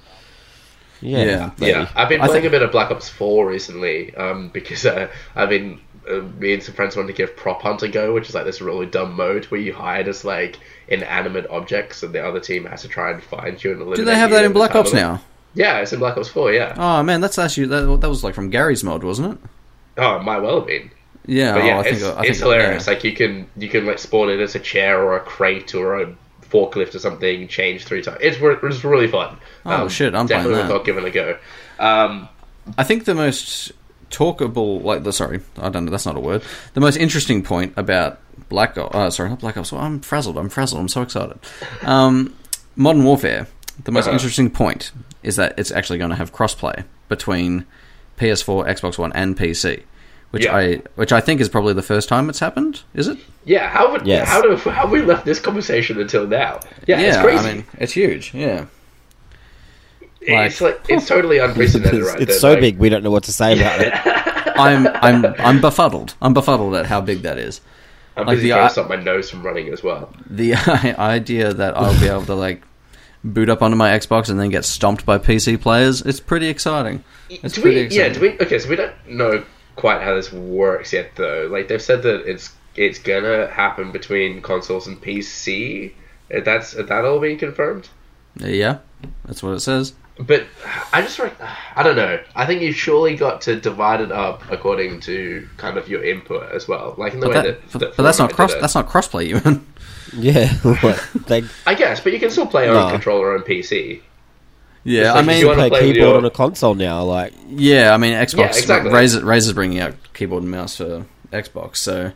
B: Yeah,
C: Yeah.
B: maybe.
A: Yeah, I've been
B: I
A: playing
B: think-
A: a bit of Black Ops Four recently um, because uh, I've been uh, me and some friends wanted to give Prop Hunt a go, which is like this really dumb mode where you hide as like inanimate objects, and the other team has to try and find you and eliminate.
C: Do they have
A: you
C: that
A: at
C: in
A: the
C: Black
A: time
C: Ops
A: limit.
C: now?
A: Yeah, it's in Black Ops Four. Yeah.
C: Oh man, that's actually that, that was like from Gary's mod, wasn't it?
A: Oh, it might well have been.
C: Yeah,
A: But yeah,
C: oh, I think
A: it's,
C: I think
A: it's hilarious.
C: yeah.
A: Like you can you can like spawn it as a chair or a crate or a forklift or something, change three times. It's wor- it's really fun. Um,
C: Oh, shit, I'm playing
A: definitely
C: that.
A: worth giving a go. Um,
C: I think the most talkable, like the sorry, I don't know, that's not a word. The most interesting point about Black Ops, uh, sorry, not Black Ops. I'm frazzled. I'm frazzled. I'm so excited. Um, Modern Warfare. The most
A: Uh-huh.
C: interesting point is that it's actually going to have crossplay between PS4, Xbox One, and PC, which
A: Yeah.
C: I which I think is probably the first time it's happened. Is it?
A: yeah, how would,
B: Yes.
A: how do how have we left this conversation until now? Yeah, it's crazy.
C: I mean, it's huge. Yeah.
A: it's like it's totally unprecedented,
B: It's,
A: right?
B: it's
A: that,
B: so
A: like-
B: big we don't know what to say about it.
C: I'm I'm I'm befuddled. I'm befuddled at how big that is.
A: I'm
C: like
A: busy
C: the-
A: trying to stop my nose from running as well.
C: the idea that I'll be able to like boot up onto my Xbox and then get stomped by PC players, it's pretty exciting. It's
A: do
C: pretty
A: we, yeah,
C: exciting.
A: do we? Okay, so we don't know quite how this works yet, though. Like they've said that it's it's gonna happen between consoles and PC. Uh, That's uh, that all being confirmed.
C: Yeah, that's what it says.
A: but I just rec- I don't know. I think you surely got to divide it up according to kind of your input as well, like in the
C: But,
A: way
C: that-
A: that,
C: but-
A: that
C: but that's not
A: Fortnite did
C: cross.
A: it.
C: That's not crossplay, even.
B: Yeah, what? They,
A: I guess, but you can still play on
B: No.
A: controller and PC.
C: Yeah,
A: It's
C: I
A: like
C: mean,
A: you wanna
B: play
A: play with
B: keyboard
A: your-
B: on a console now. Like,
C: yeah, I mean, Xbox.
A: Yeah, exactly.
C: Razer, Razer's bringing out keyboard and mouse for Xbox, so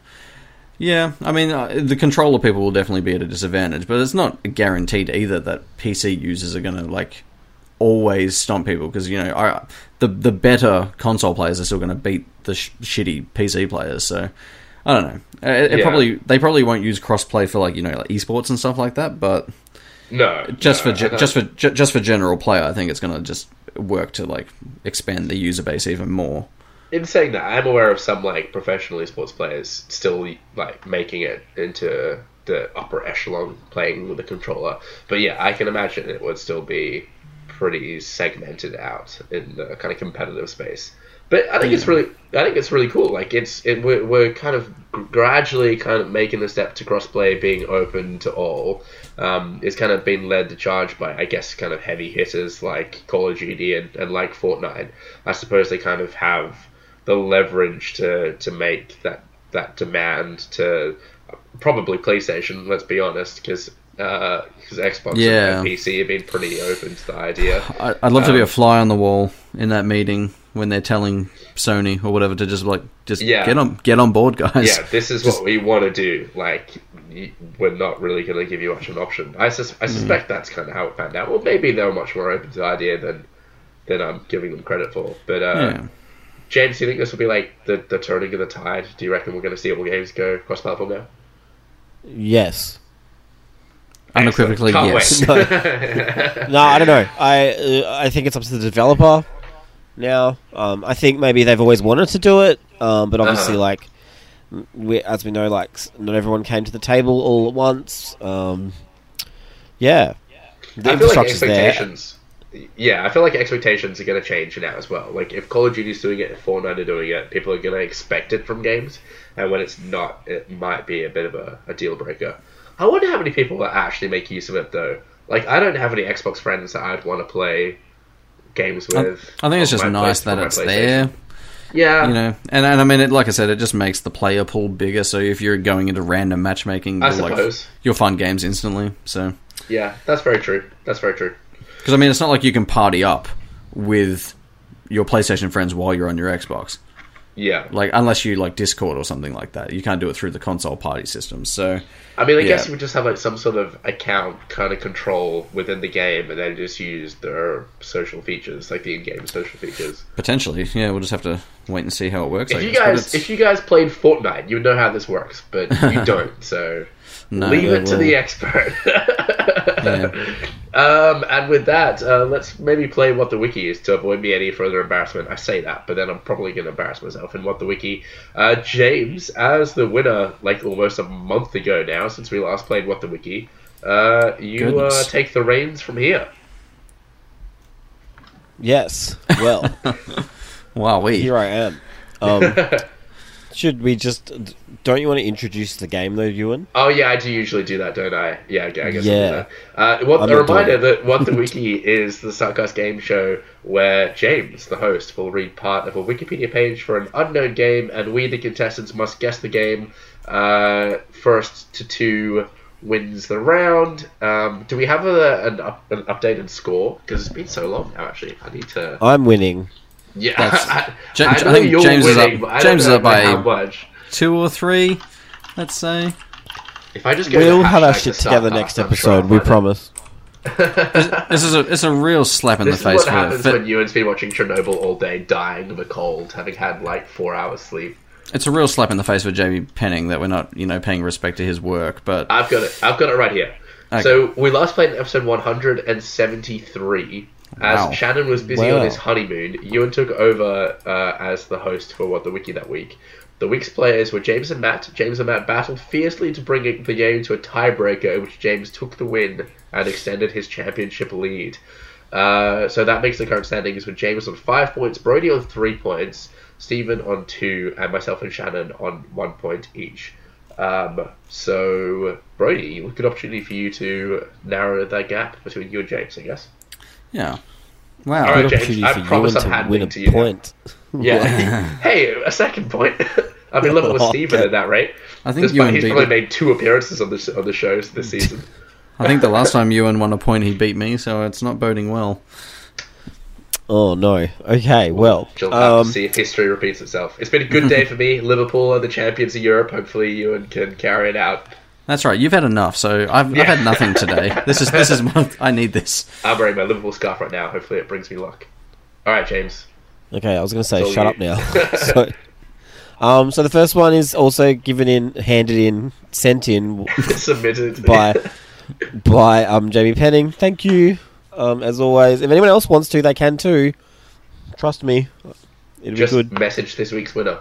C: yeah. I mean, uh, the controller people will definitely be at a disadvantage, but it's not guaranteed either that PC users are going to like always stomp people because you know, I, the the better console players are still going to beat the sh- shitty PC players. So I don't know. Uh, It, it
A: Yeah.
C: probably they probably won't use crossplay for like you know like esports and stuff like that, but
A: No,
C: just
A: no,
C: for ge-
A: I
C: just
A: don't-
C: for ju- just for general player, I think it's going to just work to like expand the user base even more.
A: in saying that, I'm aware of some like professional esports players still like making it into the upper echelon playing with a controller. But yeah, I can imagine it would still be pretty segmented out in the kind of competitive space. But I think it's really, I think it's really cool. Like it's, it, we're, we're kind of gr- gradually kind of making the step to crossplay being open to all. Um, it's kind of been led to charge by, I guess, kind of heavy hitters like Call of Duty and, and like Fortnite. I suppose they kind of have the leverage to to make that that demand to probably PlayStation. Let's be honest, because. Because Xbox
C: Yeah.
A: and PC have been pretty open to the idea.
C: I, I'd love to
A: Um,
C: be a fly on the wall in that meeting when they're telling Sony or whatever to just like just
A: Yeah.
C: get on get on board, guys.
A: yeah, this is what we want to do. Like, y- we're not really going to give you much of an option. I, sus-
C: Mm-hmm.
A: I suspect that's kind of how it panned out. Well, maybe they were much more open to the idea than than I'm giving them credit for. But uh,
C: Yeah.
A: James, do you think this will be like the, the turning of the tide? Do you reckon we're going to see all games go cross platform now?
B: yes.
C: unequivocally
A: Can't
C: yes.
A: wait.
B: No, no, I don't know. I uh, I think it's up to the developer now. Um, I think maybe they've always wanted to do it, um, but obviously,
A: Uh-huh.
B: like m- we, as we know, like s- not everyone came to the table all at once. Um, yeah, the
A: I feel like
B: infrastructure's there.
A: expectations. Yeah, I feel like expectations are going to change now as well. Like if Call of Duty's doing it, if Fortnite are doing it, people are going to expect it from games, and when it's not, it might be a bit of a, a deal breaker. I wonder how many people that actually make use of it though. Like I don't have any Xbox friends that I'd want to play games with.
C: I, I think it's
A: on
C: just
A: my
C: nice
A: play- on
C: that
A: my
C: it's
A: PlayStation. Ah.
C: there.
A: Yeah,
C: you know, and, and I mean, it, like I said, it just makes the player pool bigger. So if you're going into random matchmaking,
A: I
C: you'll, like,
A: suppose.
C: you'll find games instantly. So
A: yeah, that's very true. That's very true.
C: because I mean, it's not like you can party up with your PlayStation friends while you're on your Xbox,
A: Yeah,
C: like unless you like Discord or something like that. You can't do it through the console party system. So
A: I mean, I guess
C: Yeah.
A: you would just have like some sort of account kind of control within the game, and then just use their social features, like the in-game social features.
C: potentially, yeah, we'll just have to wait and see how it works. I
A: if you
C: guess. But
A: guys,
C: it's-
A: if you guys played Fortnite, you would know how this works, but you don't, so
C: No,
A: leave
C: yeah,
A: it to
C: well-
A: the expert.
C: yeah.
A: um, and with that, uh, let's maybe play what the wiki is to avoid me any further embarrassment. I say that, but then I'm probably going to embarrass myself in what the wiki. Uh, James, as the winner, like almost a month ago now, since we last played what the wiki, uh, you uh,
C: Goodness.
A: take the reins from here.
B: Yes. Well,
C: wow, we
B: here I am. Um, should we just? Don't you want to introduce the game though, Ewan?
A: Oh yeah, I do usually do that, don't I? Yeah, I guess
B: Yeah.
A: I do that. Uh, what,
B: I'm
A: a
B: not doing
A: reminder
B: it.
A: that What the Wiki is the Suckcast game show where James, the host, will read part of a Wikipedia page for an unknown game, and we, the contestants, must guess the game uh, first to two wins the round. Um, do we have a, an, up, an updated score? Because it's been so long now. Actually, I need to.
B: I'm winning.
A: yeah,
C: That's-
A: I,
C: Ja-
A: I
C: I
A: know
C: think
A: you're
C: James is
A: winning,
C: up-
A: but I don't
C: James is
A: know
C: up by-
A: how much.
C: two or three, let's say.
A: If I just go to
B: We'll have our
A: hashtag
B: shit
A: the
B: together
A: Suckcast,
B: next
A: I'm sure I'll
B: episode. We
A: find it.
B: promise.
C: This is a it's a real slap in
A: This
C: the
A: is
C: face
A: what
C: for,
A: happens
C: for
A: when Ewan's been watching Chernobyl all day, dying of a cold, having had like four hours sleep.
C: it's a real slap in the face for Jamie Penning that we're not you know paying respect to his work, but
A: I've got it. I've got it right here.
C: Okay.
A: So we last played in episode 173 as
C: Wow.
A: Shannon was busy
B: Wow.
A: on his honeymoon. Ewan took over uh, as the host for What the Wiki that week. The week's players were James and Matt. James and Matt battled fiercely to bring it- the game to a tiebreaker, in which James took the win and extended his championship lead. Uh, so that makes the current standings with James on five points, Brody on three points, Stephen on two, and myself and Shannon on one point each. Um, so, Brody, good opportunity for you to narrow that gap between you and James, I guess.
C: yeah. Wow.
A: All right,
B: Good
A: James,
B: opportunity
A: I
B: for
A: promise
B: Ewan
A: I'm
B: to
A: handing
B: win a
A: it to you now.
B: point.
A: Yeah. hey, a second point. I'm in love with
B: Oh,
A: Steven
B: okay.
A: at that rate.
C: I think
A: Despite-
C: Ewan
A: he's
C: beat
A: probably
C: it.
A: made two appearances on the on the shows this season.
C: I think the last time Ewan won a point, he beat me, so it's not boding well.
B: Oh no. Okay. Well.
A: You'll have
B: Um,
A: to see if history repeats itself. It's been a good day for me. Liverpool are the champions of Europe. Hopefully, Ewan can carry it out.
C: That's right. You've had enough, so I've, I've had nothing today. This is this is my, I need this.
A: I'm wearing my Liverpool scarf right now. Hopefully, it brings me luck. All right, James.
B: okay. I was going to say,
A: It's all
B: shut
A: you.
B: up now. so, um, so the first one is also given in, handed in, sent in
A: Submitted
B: by by um Jamie Penning. Thank you. Um, as always, if anyone else wants to, they can too. Trust me, it'll
A: Just
B: be good.
A: message this week's winner.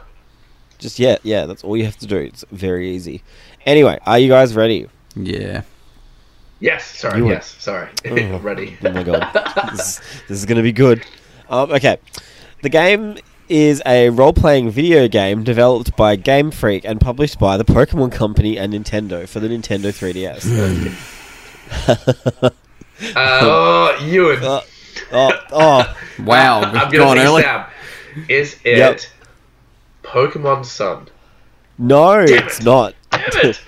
B: Just yeah, yeah. That's all you have to do. It's very easy. Anyway, are you guys ready?
C: Yeah.
A: Yes, sorry.
B: Ewan.
A: Yes, sorry.
B: Oh.
A: Ready.
B: Oh my god, this, is- this is going to be good. Um, okay, the game is a role-playing video game developed by Game Freak and published by the Pokemon Company and Nintendo for the Nintendo 3DS.
A: Uh, oh, Ewan.
B: Uh, oh, oh,
C: Wow.
A: I'm
C: Go on
A: going to
C: early.
A: take Sam. Is it
B: Yep.
A: Pokemon Sun?
B: no,
A: Damn
B: it's
A: it.
B: not.
A: Damn it!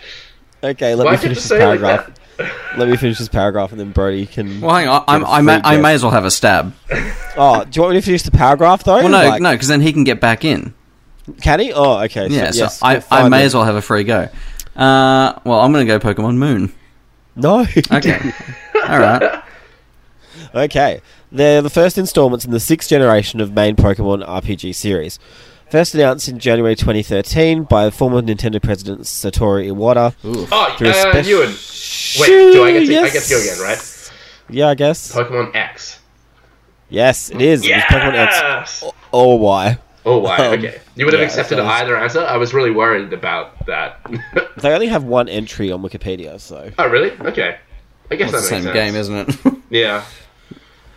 B: Okay, let
A: Why
B: me
A: did you
B: finish this
A: say it like
B: paragraph.
A: that?
B: Let me finish this paragraph, and then Brody can.
C: Well, hang on. I'm, I, may, I may as well have a stab.
B: Oh, do you want me to finish the paragraph though?
C: Well, no,
B: Like,
C: no, because then he can get back in.
B: Can he? Oh, okay.
C: Yeah, so
B: yes,
C: I,
B: well,
C: I
B: fine
C: may
B: then.
C: as well have a free go. Uh, well, I'm going to go Pokemon Moon.
B: No.
C: Okay. All right.
B: Okay. They're the first installments in the sixth generation of main Pokemon RPG series. First announced in January 2013 by former Nintendo president Satoru Iwata.
A: Oh,
B: Through a
A: uh,
B: spec-
A: Ewan. Wait, do I get to? I get to go again, right?
B: Yeah, I guess.
A: Pokemon X.
B: Yes, it is. It is Pokemon X
A: Yes!
B: or Y.
A: Oh wow!
B: Um,
A: okay, you would have
B: yeah,
A: accepted
B: so it's-
A: either answer. I was really worried about that.
B: They only have one entry on Wikipedia, so.
A: oh really? Okay. I guess
C: It's the
A: that
C: same
A: makes sense.
C: game, isn't it?
A: Yeah.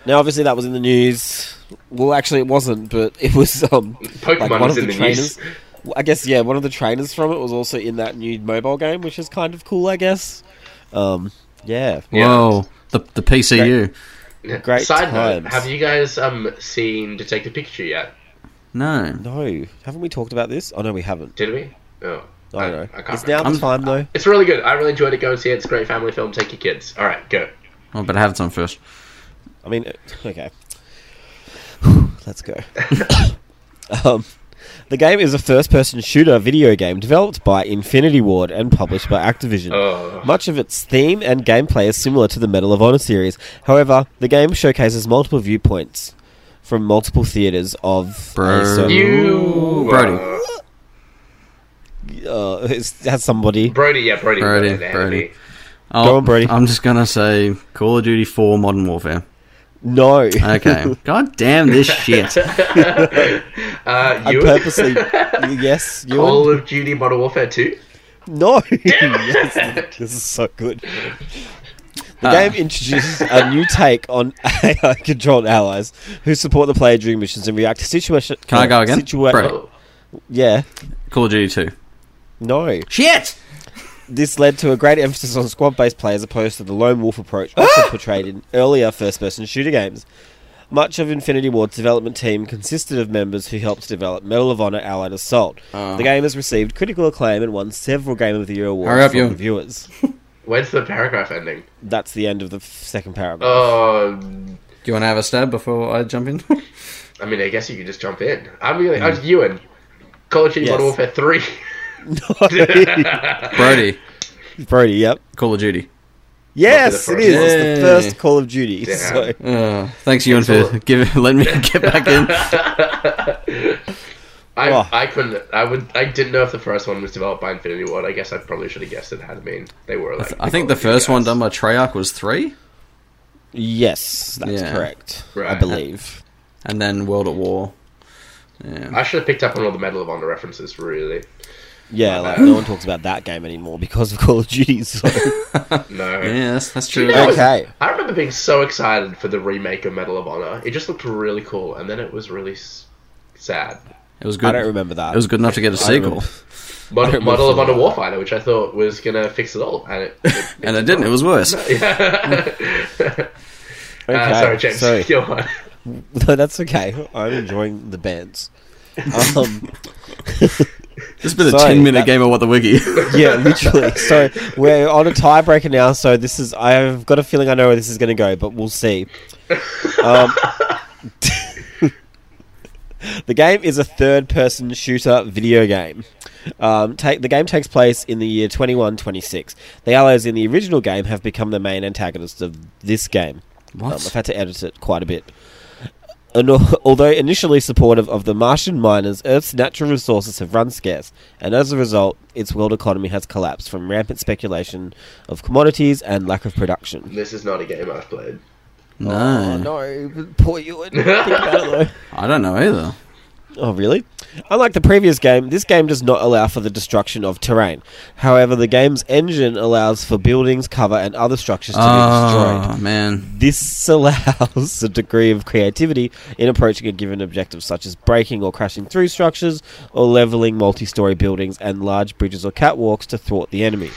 B: Now, obviously, that was in the news. Well, actually, it wasn't, but it was um,
A: Pokemon
B: like one
A: was
B: of
A: in
B: the
A: the
B: trainers.
A: news.
B: I guess yeah, one of the trainers from it was also in that new mobile game, which is kind of cool, I guess. Um, yeah,
A: Yeah.
C: Whoa. The, the PCU.
B: Great
A: Side note:
B: times.
A: Have you guys um seen Detective Pikachu yet?
C: No.
B: No, haven't we talked about this? Oh no, we haven't.
A: Did we? Oh,
B: I don't know.
A: I can't
B: It's
A: remember. Um,
B: now
A: uh,
B: the
C: I'm-
B: time though.
A: It's really good. I really enjoyed it. Go and see it. It's a great family film. Take your kids. All right, go.
C: Oh, but I have it on first.
B: I mean, it- okay. Let's go. um, the game is a first-person shooter video game developed by Infinity Ward and published by Activision.
A: Oh.
B: Much of its theme and gameplay is similar to the Medal of Honor series. However, the game showcases multiple viewpoints from multiple theaters of
C: Bro.
B: a certain-
A: You
C: Brody.
A: uh,
B: uh, it's- has somebody.
A: Brody, yeah, Brody.
C: Brody,
A: Brody.
C: Brody.
B: Go
C: Oh,
B: on, Brady.
C: I'm just going to say Call of Duty 4 Modern Warfare.
B: No,
C: Okay. God damn this shit.
A: Uh,
B: I
A: you
B: purposely. yes, you.
A: Call of Duty Modern Warfare 2?
B: No. yes, this is so good. The
C: Ah.
B: game introduces a new take on AI-controlled allies who support the player during missions and react to situation. uh,
C: Can I go again?
B: situa-
C: Brody.
A: Oh,
B: yeah.
C: Call of Duty 2.
B: No.
C: Shit!
B: This led to a great emphasis on squad-based play as opposed to the lone wolf approach often portrayed in earlier first-person shooter games. Much of Infinity Ward's development team consisted of members who helped develop Medal of Honor Allied Assault.
C: Oh.
B: The game has received critical acclaim and won several Game of the Year awards
C: Hurry up,
B: from
C: Ewan.
B: reviewers.
A: when's the paragraph ending?
B: That's the end of the f- second paragraph.
A: Oh,
C: Do you want to have a stab before I jump in?
A: I mean, I guess you could just jump in. I'm
C: Mm-hmm.
A: oh, really, I was Ewan. Call of Duty Modern
B: Yes.
A: Warfare 3.
C: Brody.
B: Brody, yep.
C: Call of Duty.
B: Yes, it
A: first
B: is.
A: one.
B: It's the
C: Yay.
B: first Call of Duty.
A: Damn.
B: So,
C: Uh, thanks, Ewan, for give, letting me get back in.
A: I,
B: Oh.
A: I couldn't, I would, I didn't know if the first one was developed by Infinity Ward. I guess I probably should have guessed it had been. They were like.
C: I think
A: Call
C: the
A: of Duty
C: first one
A: guys.
C: done by Treyarch was three,
B: yes, that's
C: Yeah.
B: correct. I
A: Right.
B: believe.
C: and then World at War. Yeah.
A: I should have picked up on all the Medal of Honor references, really.
B: Yeah, like no one talks about that game anymore because of Call of Duty. So.
A: No.
C: Yeah, that's, that's true.
A: know-
B: okay.
A: I remember being so excited for the remake of Medal of Honor. It just looked really cool, and then it was really s- sad.
C: It was
B: I
C: good.
B: don't remember that.
C: It was good enough to get a sequel,
A: Mod-
B: remember
A: Model of
B: feeling
A: Honor Warfighter, which I thought was gonna fix it all, and it. it-
C: and it didn't. It was worse.
A: Yeah.
B: okay.
A: uh, sorry, James.
B: So,
A: Go on.
B: No, that's okay. I'm enjoying the bands. Um,
C: This has been a
B: Sorry,
C: 10 minute
B: that-
C: game of What the Wiggy.
B: yeah, literally. So we're on a tiebreaker now. So this is. I've got a feeling I know where this is going to go, but we'll see. Um, the game is a third-person shooter video game. Um, take, the game takes place in the year 2126. The allies in the original game have become the main antagonists of this game. Um, I've
C: what?
B: had to edit it quite a bit. And al- although initially supportive of the Martian miners, Earth's natural resources have run scarce, and as a result, its world economy has collapsed from rampant speculation of commodities and lack of production.
A: This is not a game I've played.
B: Oh,
C: No.
B: no, but poor Ewan. Think about it, though.
C: I don't know either.
B: Oh, really? Unlike the previous game, this game does not allow for the destruction of terrain. However, the game's engine allows for buildings, cover, and other structures to be destroyed.
C: Oh, man.
B: This allows a degree of creativity in approaching a given objective, such as breaking or crashing through structures, or leveling multi story buildings and large bridges or catwalks to thwart the enemy.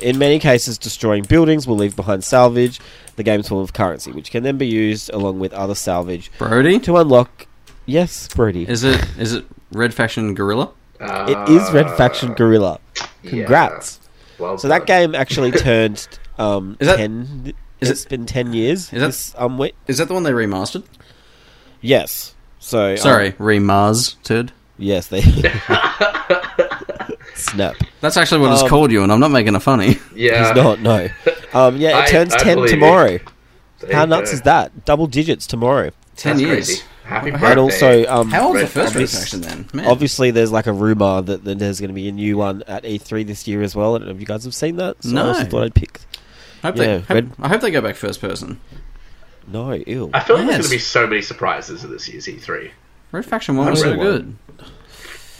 B: In many cases, destroying buildings will leave behind salvage, the game's form of currency, which can then be used along with other salvage
C: Brody?
B: to unlock. Yes, Brody.
C: Is it is it Red Faction Gorilla?
A: Uh,
B: It is Red Faction Gorilla.
A: yeah.
B: Congrats.
A: Well
B: So that
A: done.
B: game actually turned um,
C: Is that-
B: 10.
C: is
B: it's been 10 years.
C: Is that-
B: this, um, wait,
C: Is that the one they remastered?
B: Yes. So um,
C: Sorry, remastered.
B: yes, they snap.
C: That's actually what
B: Um,
C: it's called, you, and I'm not making a funny.
A: Yeah.
B: He's not. No. Um, yeah, it
A: I-
B: turns
A: I
B: ten
A: believe you.
B: tomorrow.
A: There
B: How
A: you
B: nuts
A: go.
B: is that? Double digits tomorrow.
C: Ten
A: That's
C: years.
A: crazy. Happy birthday.
B: And also, um,
C: How old's the
A: Red
C: first Red
B: Faction.
C: Faction then? Man.
B: obviously, there's like a rumor that, that there's going to be a new one at E3 this year as well. I don't know if you guys have seen that. So I
C: No.
B: also thought I'd pick.
C: Hope they,
B: yeah,
C: hope-
B: Red-
C: I hope they go back first person.
B: No, ew.
A: I feel like there's
C: Yes.
A: going to be so many surprises at this year's E E3.
C: Red Faction one was
A: I'm
C: so
A: really
C: good.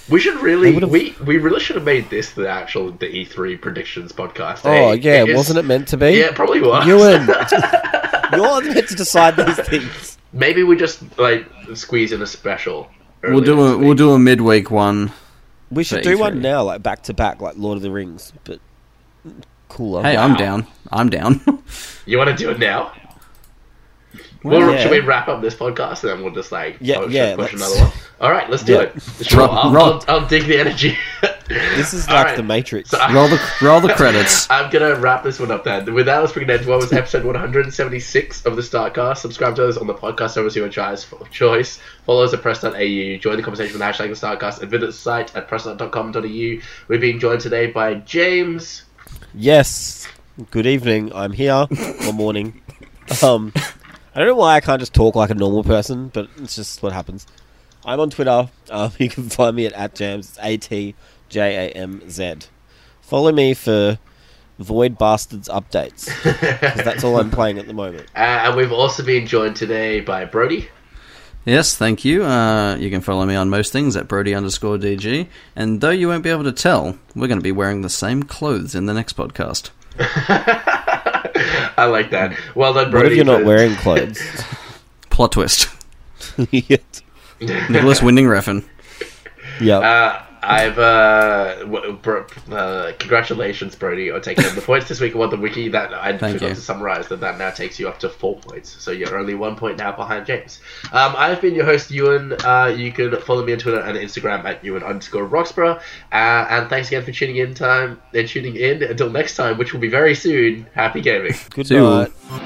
A: We should really,
B: They would've-
A: we we really should have made this the actual the E3 predictions podcast. Eh,
B: Oh yeah, wasn't it meant to be?
A: Yeah, it probably was.
B: Ewan, you're meant to decide these things.
A: Maybe we just like squeeze in a special.
C: We'll do a we'll do a midweek one.
B: We should
C: For
B: do
C: E3.
B: one now, like back to back, like Lord of the Rings, but cooler.
C: Hey, I'm down. I'm down.
A: You want to do it now?
C: Well,
A: Well,
B: yeah.
A: should we wrap up this podcast and then we'll just like
B: Yeah,
A: push,
B: yeah,
A: push
B: let's-
A: another one? All right, let's do
B: Yeah.
A: it. Sure,
C: Rob-
A: I'll,
C: Rob-
A: I'll, I'll dig the energy.
B: This is
A: All
B: like
A: right.
B: the Matrix.
A: So I-
C: roll the roll the credits.
A: I'm gonna wrap this one up then. With that, let's bring it to what was episode 176 of the Startcast. Subscribe to us on the podcast service you enjoy as for choice. Follow us at press.au. Join the conversation with hashtag the Startcast and visit the site at press.com.au. We've been joined today by James.
B: Yes. Good evening. I'm here. Or morning. Um, I don't know why I can't just talk like a normal person, but it's just what happens. I'm on Twitter. Um, you can find me at, at jams. It's A T J A M Z. Follow me for Void Bastards updates. 'cause that's all I'm playing at the moment.
A: Uh, and we've also been joined today by Brody.
C: Yes, thank you. Uh, you can follow me on most things at Brody underscore DG. And though you won't be able to tell, we're going to be wearing the same clothes in the next podcast.
A: I like that. Well done, Brody.
B: What if you're not
A: for-
B: wearing clothes?
C: Plot twist.
B: Yet.
C: Nicholas Winding Refn.
B: yeah.
A: Uh, I've uh, w- bro- uh, congratulations, Brody, on taking the points this week. What the wiki that I
C: Thank
A: forgot
C: you.
A: to summarize that that now takes you up to four points, so you're only one point now behind James. Um, I've been your host Ewan. Uh, you can follow me on Twitter and Instagram at Ewan underscore Roxborough. Uh, and thanks again for uh, tuning in time and tuning in. Until next time, which will be very soon. Happy gaming.
B: Good
C: see you.
B: night.